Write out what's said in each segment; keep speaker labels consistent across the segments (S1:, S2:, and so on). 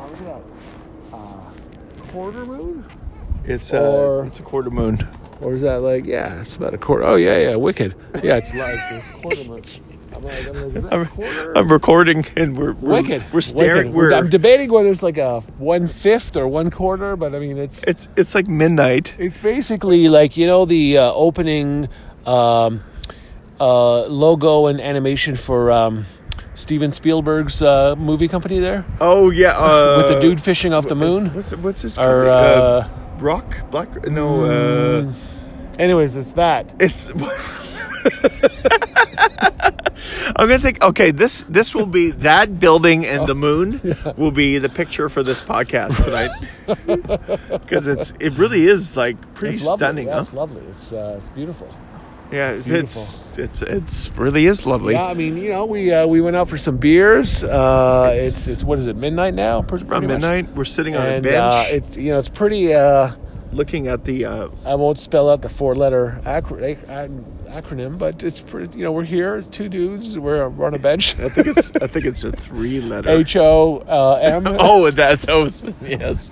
S1: that? Uh, quarter moon?
S2: It's a
S1: Or-
S2: it's a quarter moon.
S1: Or is that like, yeah, it's about a quarter. Oh, yeah, yeah, wicked. Yeah, it's like it's quarter moon. I'm like, I'm like, is that a
S2: I'm,
S1: quarter?
S2: I'm recording and we're we're,
S1: wicked.
S2: we're staring.
S1: Wicked.
S2: We're
S1: I'm debating whether it's like a one fifth or one quarter, but I mean, it's
S2: it's it's like midnight.
S1: It's basically like you know the uh, opening um, uh, logo and animation for um, Steven Spielberg's uh, movie company there
S2: Oh yeah, uh,
S1: with the dude fishing off the moon.
S2: What's what's his
S1: Or,
S2: company?
S1: uh, Hmm.
S2: Rock Black? No, uh,
S1: Anyways, it's that.
S2: it's. I'm gonna think. Okay, this this will be that building and the moon will be the picture for this podcast tonight because it's it really is like pretty
S1: It's lovely.
S2: stunning,
S1: yeah,
S2: huh?
S1: It's lovely. It's uh, it's beautiful.
S2: Yeah, it's it's, it's it's really is lovely.
S1: Yeah, I mean, you know, we uh, we went out for some beers. Uh,
S2: It's-
S1: it's, it's what is it? Midnight now. Pretty,
S2: Around
S1: pretty much.
S2: midnight, we're sitting on a
S1: And
S2: bench
S1: uh, it's you know it's pretty. Uh,
S2: looking at the. Uh,
S1: I won't spell out the four-letter acro- ac- ac- acronym, but it's pretty. You know, we're here, two dudes. We're uh, we're on a bench.
S2: I think it's I think it's a three letter.
S1: H O uh, M.
S2: Oh, that that was yes.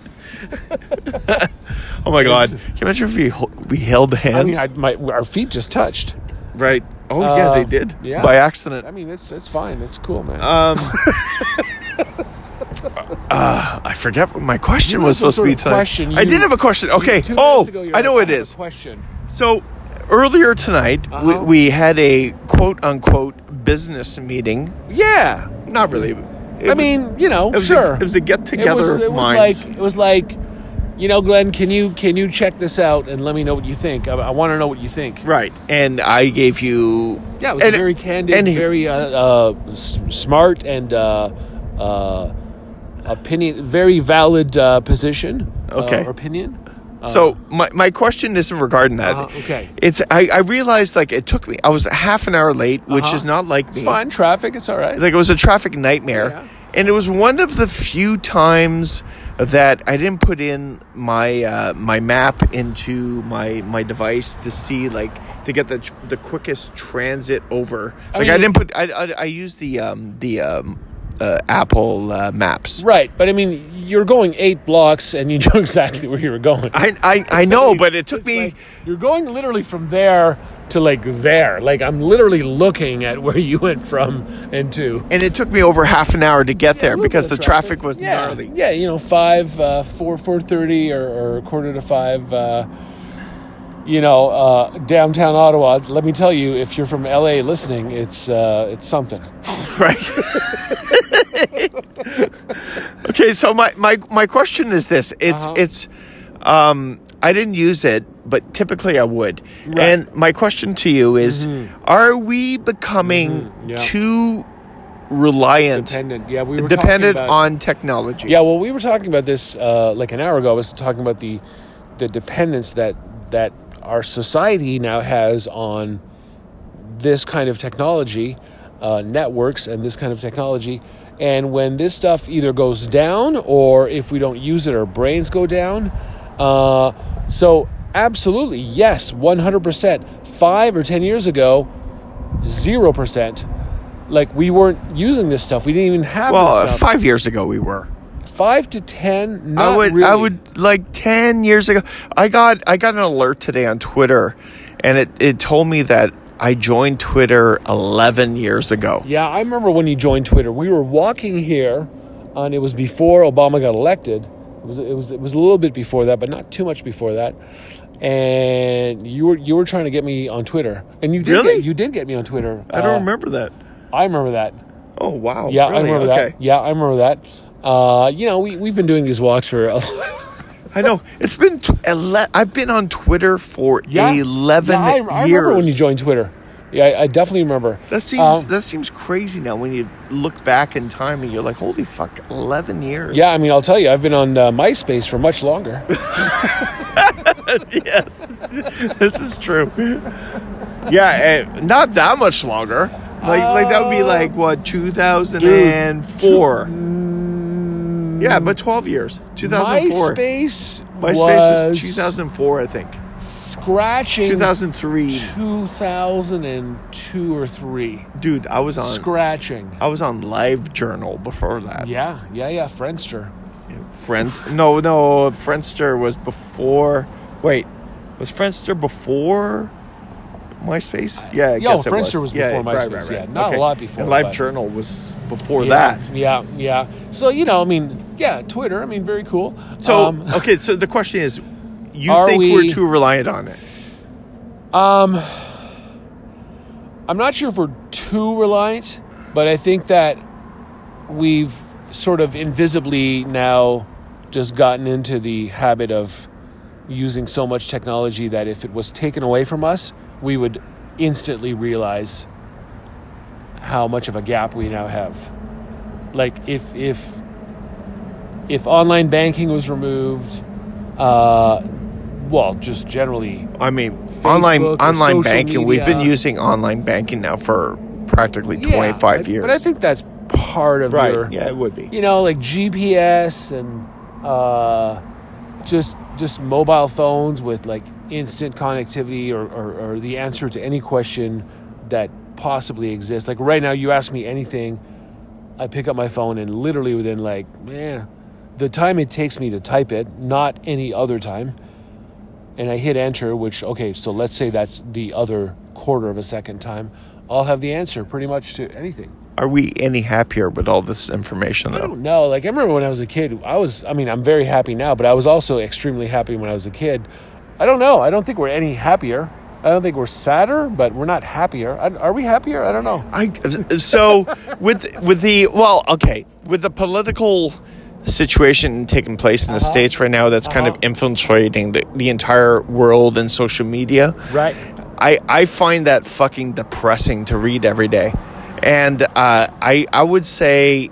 S2: oh my God! Can you imagine if we hol- we held hands?
S1: I mean, I, my, our feet just touched.
S2: right? Oh yeah,
S1: Uh,
S2: they did
S1: yeah.
S2: by accident.
S1: I mean, it's it's fine. It's cool, man.
S2: Um, uh, I forget what my question was
S1: some
S2: supposed to be
S1: sort of
S2: tonight.
S1: question
S2: I
S1: you-
S2: did have a question. Okay.
S1: Two
S2: Oh,
S1: minutes ago, you were
S2: I know
S1: like,
S2: it
S1: "I have a
S2: is.
S1: Question.
S2: So earlier tonight, we,
S1: Uh-huh.
S2: we had a quote unquote business meeting.
S1: Yeah,
S2: Not really.
S1: I mean, you know,
S2: it was
S1: sure.
S2: A, it was a get
S1: It was,
S2: together of
S1: it was
S2: minds.
S1: like it was like, you know, Glenn, can you can you check this out and let me know what you think? I, I want to know what you think.
S2: Right, and I gave you
S1: Yeah, it was
S2: and-
S1: very candid,
S2: and-
S1: very uh, uh, s- smart, and uh, uh, opinion, very valid uh, position. uh,
S2: Okay.
S1: or opinion. Uh,
S2: so my, my question isn't regarding that.
S1: Uh-huh, okay.
S2: it's I, I realized like it took me I was half an hour late, which
S1: Uh-huh.
S2: is not like
S1: it's
S2: me.
S1: fine. Traffic, it's all right.
S2: Like it was a traffic nightmare,
S1: Yeah.
S2: and it was one of the few times that I didn't put in my uh, my map into my my device to see like to get the tr- the quickest transit over. Like I,
S1: mean-
S2: didn't put I I, I used the um the um uh, Apple uh, Maps.
S1: right, but I mean, you're going eight blocks, and you know exactly where you were going.
S2: I, I, I know, but it took
S1: It's
S2: me.
S1: like, you're going literally from there to like there. Like I'm literally looking at where you went from and to.
S2: and it took me over half an hour to get there
S1: little
S2: because the
S1: bit of
S2: traffic, was
S1: yeah,
S2: gnarly.
S1: Yeah, you know, five, uh, four, four thirty, or, or quarter to five. Uh, you know, uh, downtown Ottawa. Let me tell you, if you're from LA listening, it's uh, it's something.
S2: Right. okay, so my, my my question is this: it's
S1: Uh-huh.
S2: it's um, I didn't use it, but typically I would.
S1: Right. Mm-hmm.
S2: And my question to you is: Are we becoming
S1: yeah.
S2: too reliant, dependent,
S1: Dependent. Yeah, we were talking about-
S2: on technology?
S1: Yeah, well, we were talking about this uh, like an hour ago. I was talking about the the dependence that that our society now has on this kind of technology, uh, networks, and this kind of technology. And when this stuff either goes down or if we don't use it, our brains go down. Uh, so, absolutely, yes, 100%. Five or 10 years ago, 0%. Like, we weren't using this stuff. We didn't even have
S2: Well,
S1: this
S2: uh,
S1: stuff
S2: five years ago we were.
S1: five to ten. Not
S2: I would
S1: really.
S2: I would like 10 years ago I got I got an alert today on Twitter and it it told me that I joined Twitter 11 years ago.
S1: Yeah, I remember when you joined Twitter. We were walking here, and it was before Obama got elected. It was it was it was a little bit before that, but not too much before that. And you were you were trying to get me on Twitter, and you did
S2: Really?
S1: get, you did get me on Twitter.
S2: I don't
S1: Uh,
S2: remember that.
S1: I remember that.
S2: Oh wow.
S1: Yeah, I
S2: Really?
S1: remember
S2: okay.
S1: that. Yeah, I remember that. Uh, you know, we we've been doing these walks for a
S2: I know. It's been tw- ele- I've been on Twitter for 11
S1: Yeah, I,
S2: years.
S1: I remember when you joined Twitter. Yeah, I, I definitely remember.
S2: That seems
S1: Uh,
S2: that seems crazy now when you look back in time and you're like, "Holy fuck, 11 years."
S1: Yeah, I mean, I'll tell you, I've been on uh, MySpace for much longer.
S2: yes, this is true. Yeah, eh, not that much longer. Like, like that
S1: Oh.
S2: would be like what 2004. yeah, but 12 years. 2004.
S1: MySpace,
S2: MySpace
S1: was,
S2: was 2004, I think.
S1: Scratching
S2: 2003.
S1: 2002 or 3.
S2: Dude, I was on
S1: Scratching.
S2: I was on Live Journal before that.
S1: Yeah, yeah, yeah. Friendster.
S2: Friends? No, no. Friendster was before. Wait, was Friendster before MySpace? Yeah, I
S1: Yo,
S2: guess it
S1: Friendster
S2: was.
S1: was before MySpace, yeah. Not a lot before,
S2: And Live
S1: but-
S2: Journal was before
S1: yeah,
S2: that.
S1: Yeah, yeah. So you know, I mean, yeah, Twitter. I mean, very cool.
S2: So
S1: Um,
S2: okay, so the question is, you
S1: Are
S2: think
S1: we-
S2: we're too reliant on it?
S1: I'm not sure if we're too reliant, but I think that we've sort of invisibly now just gotten into the habit of using so much technology that if it was taken away from us, we would instantly realize how much of a gap we now have. Like if if if online banking was removed, uh, well, just generally
S2: I mean, online
S1: or social
S2: online banking. We've been
S1: media.
S2: using online banking now for practically
S1: Yeah,
S2: 25
S1: but-
S2: years.
S1: But I think that's part of
S2: right.
S1: your,
S2: yeah, it would be.
S1: you know, like GPS and uh, just just mobile phones with like instant connectivity or, or, or the answer to any question that possibly exists. Like right now, you ask me anything, I pick up my phone and literally within like, man, the time it takes me to type it, not any other time. And I hit enter, which, okay, so let's say that's the other quarter of a second time. I'll have the answer pretty much to anything.
S2: Are we any happier with all this information
S1: I
S2: though?
S1: don't know. Like I remember when I was a kid, I was I mean, I'm very happy now, but I was also extremely happy when I was a kid. I don't know. I don't think we're any happier. I don't think we're sadder, but we're not happier. I, are we happier? I don't know.
S2: I so with with the well, okay, with the political situation taking place in the states right now, that's kind of
S1: Uh-huh.
S2: infiltrating the, the entire world and social media.
S1: Right.
S2: I I find that fucking depressing to read every day, and uh, I I would say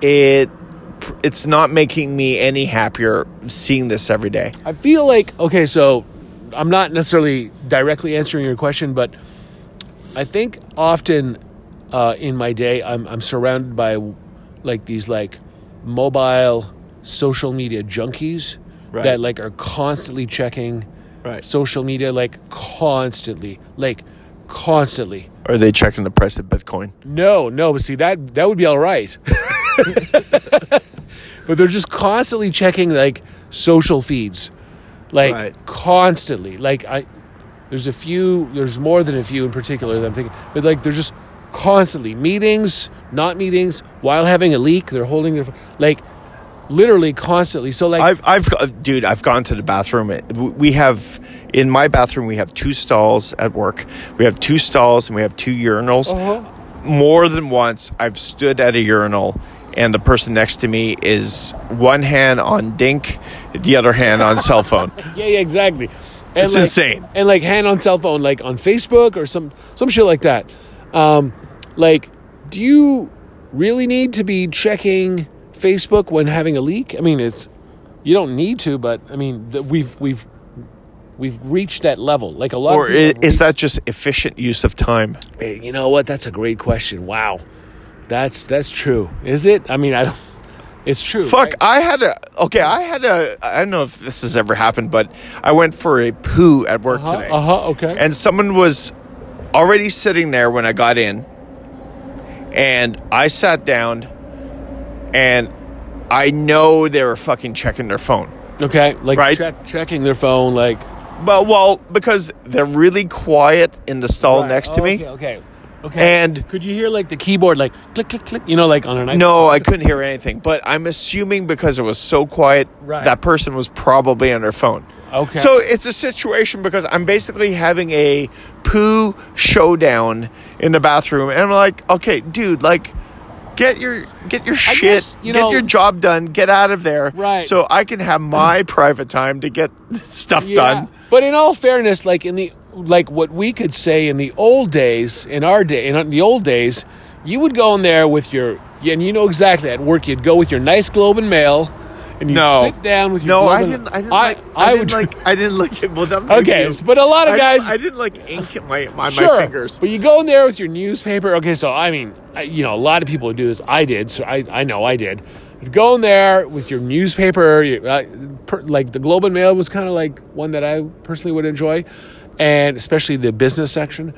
S2: it it's not making me any happier seeing this every day.
S1: I feel like okay, so I'm not necessarily directly answering your question, but I think often uh, in my day I'm I'm surrounded by like these like mobile social media junkies
S2: Right.
S1: that like are constantly checking
S2: Right.
S1: social media like constantly, like constantly.
S2: Are they checking the price of Bitcoin?
S1: No, no, but see that that would be all right. but they're just constantly checking like social feeds. Like
S2: Right.
S1: constantly. Like I there's a few there's more than a few in particular that I'm thinking but like they're just constantly meetings, not meetings, while having a leak, they're holding their like literally constantly. So like
S2: I've, I've, go- dude, I've gone to the bathroom. It- We have, in my bathroom, we have two stalls at work. We have two stalls and we have two urinals.
S1: Uh-huh.
S2: More than once, I've stood at a urinal and the person next to me is one hand on dink, the other hand on cell phone.
S1: Yeah, yeah, exactly. And
S2: It's insane.
S1: And like hand on cell phone, like on Facebook or some some shit like that. Um, like, do you really need to be checking Facebook when having a leak? I mean, it's you don't need to, but I mean, th- we've we've we've reached that level. Like a lot.
S2: Or
S1: of people
S2: is,
S1: have
S2: is that just efficient use of time?
S1: Hey, you know what? That's a great question. Wow, that's that's true. Is it? I mean, I don't. It's true.
S2: Fuck,
S1: right?
S2: I had a, okay, I had a, I don't know if this has ever happened, but I went for a poo at work
S1: Uh-huh,
S2: today.
S1: uh-huh, okay.
S2: and someone was already sitting there when I got in. And I sat down and I know they were fucking checking their phone.
S1: okay. Like
S2: Right.
S1: check, checking their phone. Like
S2: But well, because they're really quiet in the stall
S1: Right.
S2: next to
S1: Oh,
S2: me.
S1: Okay, okay. Okay.
S2: And-
S1: could you hear like the keyboard like click click click, you know, like on an iPhone?
S2: No, I couldn't hear anything, but I'm assuming because it was so quiet,
S1: Right.
S2: that person was probably on their phone.
S1: Okay.
S2: So it's a situation because I'm basically having a poo showdown in the bathroom, and I'm like, okay, dude, like, get your get your shit,
S1: guess, you
S2: get
S1: know-
S2: your job done, get out of there,
S1: Right.
S2: So I can have my private time to get stuff
S1: Yeah.
S2: done.
S1: But in all fairness, like in the like what we could say in the old days, in our day, in the old days, you would go in there with your and you know exactly at work you'd go with your nice Globe and Mail, and you'd
S2: No,
S1: sit down with your
S2: no,
S1: Globe
S2: I
S1: and-
S2: didn't. I didn't.
S1: I,
S2: like, I,
S1: I
S2: didn't
S1: would
S2: like. I didn't like it. Well, that may
S1: Okay,
S2: be-
S1: s- but a lot of
S2: I-
S1: guys-
S2: I, didn't like ink in my my,
S1: sure,
S2: my fingers.
S1: but you go in there with your newspaper. Okay, so I mean, I, you know, a lot of people do this. I did, so I, I know I did. But go in there with your newspaper, your, uh, per, like the Globe and Mail was kind of like one that I personally would enjoy, and especially the business section.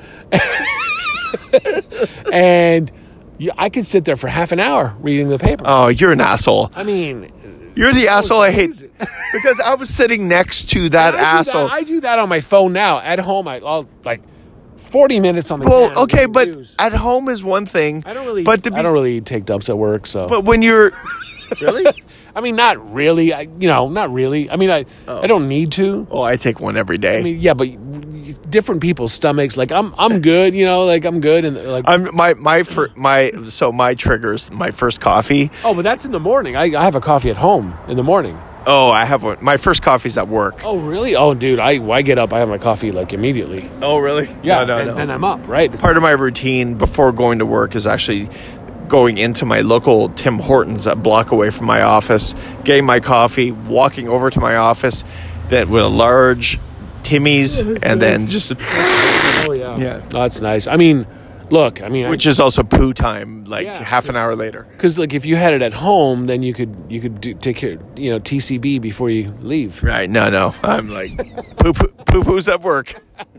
S1: and you, I could sit there for half an hour reading the paper.
S2: Oh, you're Uh, an asshole.
S1: I mean,
S2: You're the asshole I hate
S1: crazy.
S2: because I was sitting next to that
S1: I do
S2: asshole.
S1: That, I do that on my phone now. At home, I, I'll like forty minutes on the. cam,
S2: well, okay,
S1: reading
S2: but
S1: news.
S2: at home is one thing.
S1: I don't really.
S2: But to
S1: I
S2: be,
S1: don't really take dumps at work. So,
S2: but when you're really,
S1: I mean, not really. I, you know, not really. I mean, I I don't need to.
S2: oh, I take one every day.
S1: I mean, yeah, but different people's stomachs. Like, I'm I'm good. You know, like I'm good, and like.
S2: I'm my my fir- my so my triggers my first coffee.
S1: oh, but that's in the morning. I, I have a coffee at home in the morning.
S2: Oh, I have one. My first coffee's at work.
S1: Oh, really? Oh, dude, I I get up. I have my coffee like immediately.
S2: Oh, really?
S1: Yeah,
S2: Yeah, no,
S1: and
S2: no.
S1: then I'm up. Right. It's-
S2: Part of my routine before going to work is actually going into my local Tim Hortons a block away from my office, getting my coffee, walking over to my office, then with a large Timmy's, and then just
S1: oh yeah.
S2: Yeah.
S1: No, that's nice. I mean, look. I mean, I-
S2: which is also poo time, like
S1: Yeah.
S2: half an hour later.
S1: Because like if you had it at home, then you could you could do, take care you know TCB before you leave.
S2: Right? No, no, I'm like poo poo poo's at work.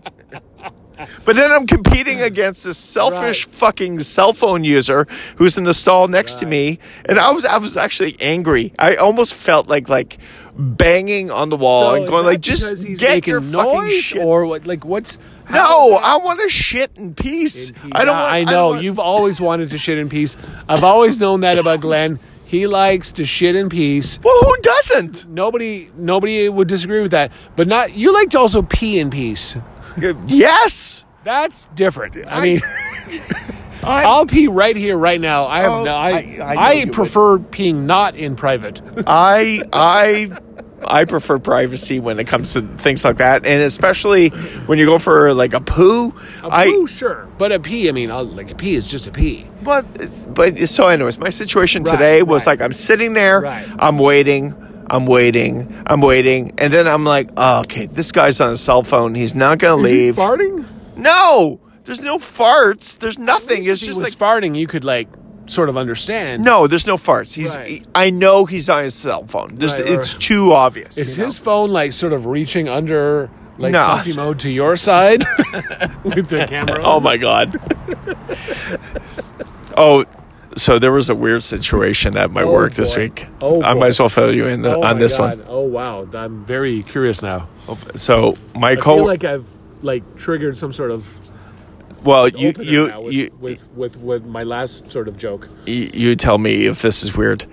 S2: But then I'm competing against this selfish fucking cell phone user who's in the stall next to me, and I was I was actually angry. I almost felt like like banging on the wall Oh, and going like, just get your fucking shit.
S1: or what? Like what's
S2: no, I want to shit in peace. I don't.
S1: Yeah,
S2: Want,
S1: I
S2: don't
S1: know
S2: want-
S1: you've always wanted to shit in peace. I've always known that about Glenn. He likes to shit in peace.
S2: Well, who doesn't?
S1: Nobody nobody would disagree with that. But not you like to also pee in peace.
S2: yes.
S1: That's different. I,
S2: I-
S1: mean, I'll pee right here, right now. I have
S2: Oh,
S1: no. I
S2: I-
S1: I,
S2: I know you would.
S1: prefer peeing not in private.
S2: I I I prefer privacy when it comes to things like that, and especially when you go for like a poo. I
S1: poo, sure, but a pee. I mean, I'll, like a pee is just a pee.
S2: but it's- but it's- so anyways, my situation
S1: Right,
S2: today was
S1: right.
S2: like I'm sitting there,
S1: Right.
S2: I'm waiting. I'm waiting. I'm waiting, and then I'm like, oh, "Okay, this guy's on a cell phone. He's not gonna leave."
S1: farting?
S2: No, there's no farts. There's nothing. It's
S1: if
S2: just
S1: he
S2: like
S1: was farting. You could like sort of understand.
S2: no, there's no farts. He's.
S1: Right.
S2: I know he's on his cell phone. There's,
S1: Right, right,
S2: it's too obvious.
S1: is
S2: you know?
S1: his phone like sort of reaching under like
S2: No.
S1: selfie mode to your side with the camera?
S2: Oh my god. oh, so there was a weird situation at my
S1: Oh,
S2: work this
S1: boy.
S2: week.
S1: Oh,
S2: I
S1: boy.
S2: might as well fill you in
S1: Oh
S2: on
S1: my
S2: this
S1: God. Oh wow, I'm very curious now.
S2: one. So my
S1: I feel
S2: co
S1: like I've like triggered some sort of
S2: well, you
S1: opener now
S2: you
S1: with,
S2: you,
S1: with, with with my last sort of joke.
S2: you you tell me if this is weird.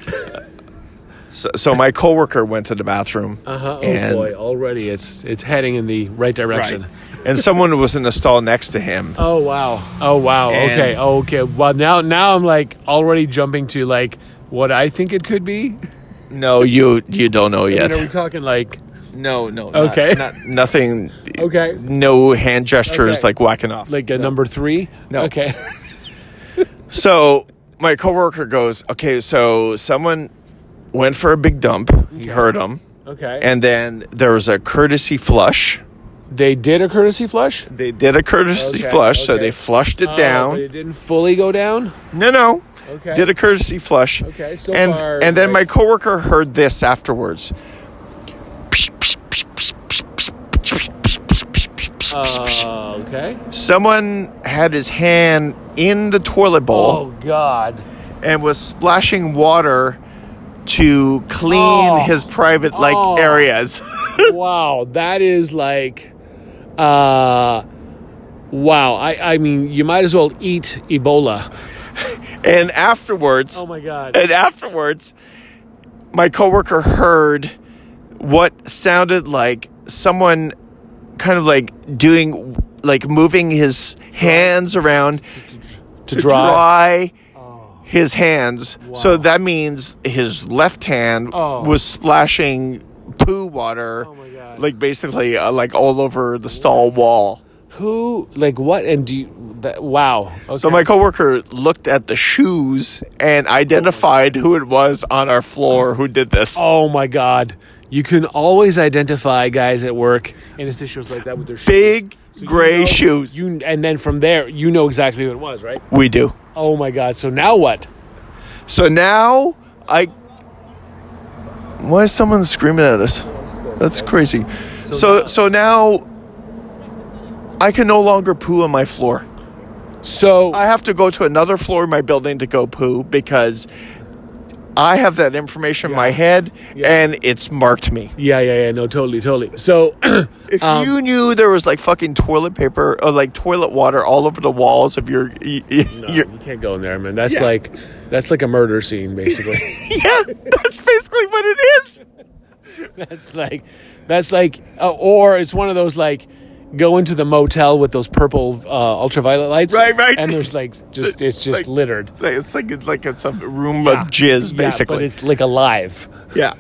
S2: so, so my coworker went to the bathroom
S1: Uh-huh. Oh
S2: and
S1: boy, already it's it's heading in the right direction.
S2: right, and someone was in the stall next to him.
S1: Oh wow. Oh wow.
S2: And-
S1: okay. Okay. Well, now now I'm like already jumping to like what I think it could be.
S2: No, you you don't know
S1: I
S2: yet.
S1: mean, are we talking like
S2: no, no. not-
S1: Okay.
S2: not- nothing.
S1: Okay.
S2: No hand gestures
S1: Okay.
S2: like whacking off.
S1: like a number three?
S2: No.
S1: Okay.
S2: So my coworker goes, okay, so someone went for a big dump. He heard him,
S1: Okay.
S2: and then there was a courtesy flush.
S1: they did a courtesy flush.
S2: They did a courtesy
S1: Okay,
S2: flush, so
S1: okay.
S2: they flushed it
S1: Oh,
S2: down.
S1: but it didn't fully go down.
S2: No, no.
S1: Okay.
S2: Did a courtesy flush.
S1: Okay, so
S2: and
S1: far,
S2: and then my
S1: like-
S2: coworker heard this afterwards.
S1: Uh, okay.
S2: Someone had his hand in the toilet bowl
S1: Oh God.
S2: and was splashing water to clean
S1: Oh.
S2: his private like
S1: Oh.
S2: areas.
S1: wow. That is like, uh, wow. I I mean, you might as well eat Ebola.
S2: And afterwards,
S1: Oh my God.
S2: and afterwards, my coworker heard what sounded like someone kind of like doing like moving his hands around
S1: to dry. Oh.
S2: his hands. So that means his left hand
S1: Oh.
S2: was splashing poo water
S1: Oh my God.
S2: like basically uh, like all over the stall wall.
S1: Who like what? And do you? That, wow. Okay.
S2: So my coworker looked at the shoes and identified who it was on our floor who did this.
S1: Oh my God. You can always identify guys at work in a situation like that with their shoes.
S2: Big
S1: So you
S2: gray
S1: know-
S2: shoes.
S1: You and then from there, you know exactly who it was, right?
S2: we do.
S1: Oh my God. So now what?
S2: So now I. Why is someone screaming at us? That's crazy. So so now I can no longer poo on my floor.
S1: So
S2: I have to go to another floor in my building to go poo because I have that information in my head, and it's marked me.
S1: Yeah, yeah, yeah. No, totally, totally. So,
S2: If
S1: Um,
S2: you knew there was like fucking toilet paper or like toilet water all over the walls of your, y- y- your
S1: you can't go in there, man. That's
S2: Yeah.
S1: like that's like a murder scene, basically.
S2: yeah, that's basically what it is.
S1: that's like that's like, uh, or it's one of those like go into the motel with those purple uh, ultraviolet lights,
S2: Right, right.
S1: And there's like just it's just
S2: Like-
S1: littered,
S2: Like, it's like it's like it's a room
S1: Yeah.
S2: of jizz,
S1: Yeah, but
S2: basically.
S1: it's like alive.
S2: Yeah,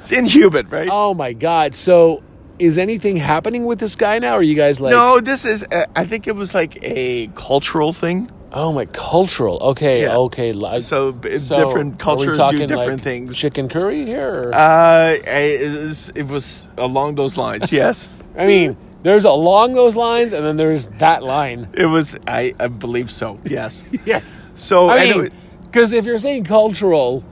S2: it's, inhuman, right?
S1: Oh my god! So, is anything happening with this guy now? Or are you guys like,
S2: no, this is. Uh, I think it was like a cultural thing.
S1: oh my cultural? Okay,
S2: Yeah.
S1: okay. li-
S2: So,
S1: so
S2: b-
S1: are we
S2: different cultures do
S1: talking,
S2: different
S1: like,
S2: things.
S1: Chicken curry here. Or?
S2: uh, it is- it was along those lines. Yes,
S1: I mean, there's along those lines, and then there's that line.
S2: it was. I, I believe so. Yes.
S1: Yes.
S2: So
S1: I
S2: anyway-
S1: mean, because if you're saying cultural,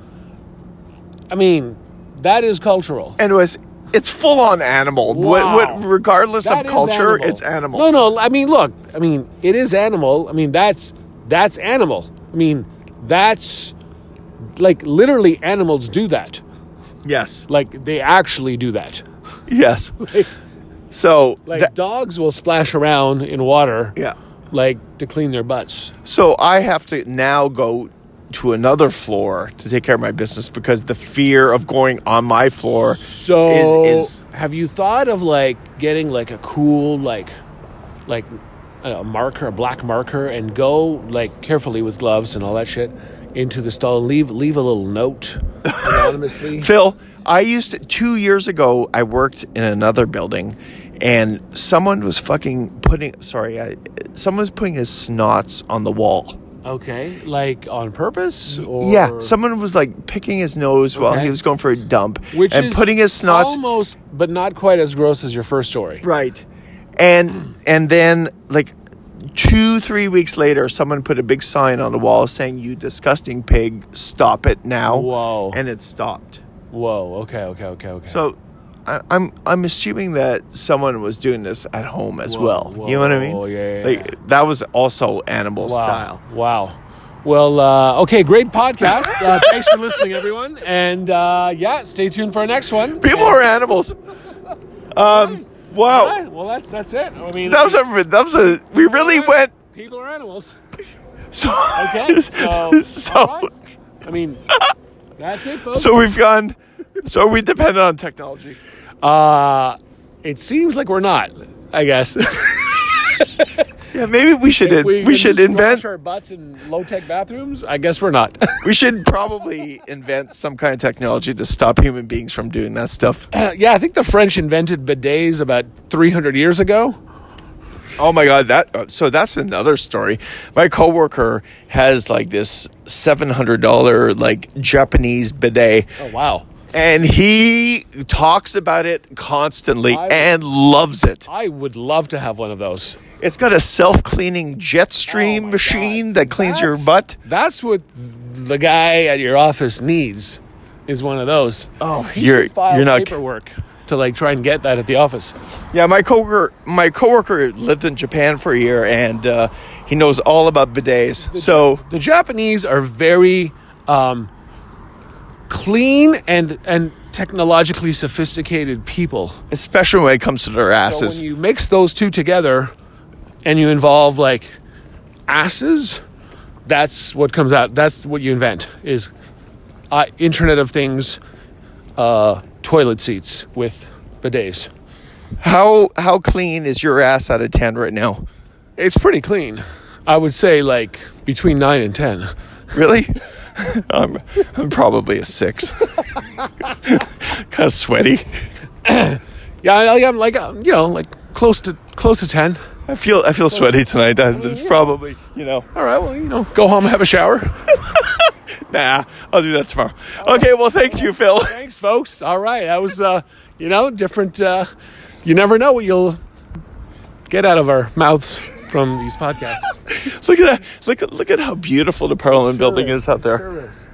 S1: I mean, that is cultural.
S2: Anyways, it's full on animal.
S1: Wow.
S2: What, what, regardless
S1: That
S2: of
S1: is
S2: culture, it's animal.
S1: No, no. I mean, look. I mean, it is animal. I mean, that's that's animal. I mean, that's like literally animals do that.
S2: Yes.
S1: Like they actually do that.
S2: Yes. so,
S1: Like
S2: that-
S1: dogs will splash around in water.
S2: yeah.
S1: Like to clean their butts.
S2: So I have to now go to another floor to take care of my business because the fear of going on my floor
S1: So,
S2: is, is
S1: have you thought of like getting like a cool like, like I don't know, a marker, a black marker, and go like carefully with gloves and all that shit into the stall and leave leave a little note anonymously?
S2: Phil, I used to, two years ago, I worked in another building and someone was fucking putting, sorry, I, someone was putting his snots on the wall.
S1: Okay, like on purpose or
S2: Yeah, someone was like picking his nose while
S1: Okay.
S2: he was going for a dump
S1: which
S2: and
S1: is
S2: putting his snots
S1: almost, but not quite as gross as your first story.
S2: right. And and then like 2 3 weeks later someone put a big sign on the wall saying you disgusting pig, stop it now.
S1: Whoa.
S2: And it stopped.
S1: Whoa. Okay. Okay. Okay. Okay.
S2: So I, I'm I'm assuming that someone was doing this at home as
S1: Whoa,
S2: well. you know what I mean?
S1: whoa, yeah, yeah,
S2: like
S1: yeah.
S2: that was also animal
S1: wow.
S2: style.
S1: Wow. Well, uh, okay, great podcast. Uh, thanks for listening, everyone. And uh, yeah, stay tuned for our next one.
S2: People
S1: And-
S2: are animals. Um wow.
S1: All right, well, that's that's it. I mean,
S2: That was a that was a we really went
S1: people are animals.
S2: So
S1: Okay, so
S2: so,
S1: all right. I mean, that's it, folks.
S2: so we've gone. So we depend on technology.
S1: uh, it seems like we're not. I guess
S2: Yeah, maybe we should in- we,
S1: can
S2: should
S1: just wash
S2: invent
S1: our butts in low tech bathrooms. I guess we're not.
S2: we should probably invent some kind of technology to stop human beings from doing that stuff.
S1: yeah, I think the French invented bidets about 300 years ago.
S2: Oh my god, that uh, so that's another story. My coworker has like this seven hundred dollar like Japanese bidet,
S1: Oh wow.
S2: and he talks about it constantly
S1: I-
S2: and loves it.
S1: I would love to have one of those.
S2: It's got a self cleaning jet
S1: Oh
S2: stream
S1: my
S2: machine
S1: God.
S2: that cleans your
S1: That's-
S2: butt.
S1: That's what the guy at your office needs is one of those. Oh, he
S2: you're-
S1: should file
S2: you're not-
S1: paperwork to like try and get that at the office.
S2: Yeah, my coworker, my coworker lived in Japan for a year, and uh, he knows all about bidets. So
S1: The Japanese are very um, clean and and technologically sophisticated people.
S2: especially when it comes to their
S1: So
S2: asses,
S1: when you mix those two together and you involve like asses, that's what comes out. That's what you invent is uh, Internet of Things uh, toilet seats with bidets.
S2: how how clean is your ass out of ten right now?
S1: It's pretty clean. I would say like between nine and ten.
S2: Really? I'm I'm probably a six. kind of sweaty.
S1: Yeah, I, I'm like um, you know like close to close to ten.
S2: I feel I feel sweaty tonight. I, it's probably you know.
S1: All right, well you know go home have a shower.
S2: Nah, I'll do that tomorrow. Okay, well, thanks you, Phil.
S1: Thanks, folks. All right, that was uh, you know different. Uh, you never know what you'll get out of our mouths from these podcasts.
S2: Look at that. Look at look at how beautiful the Parliament building is out there.
S1: Sure is.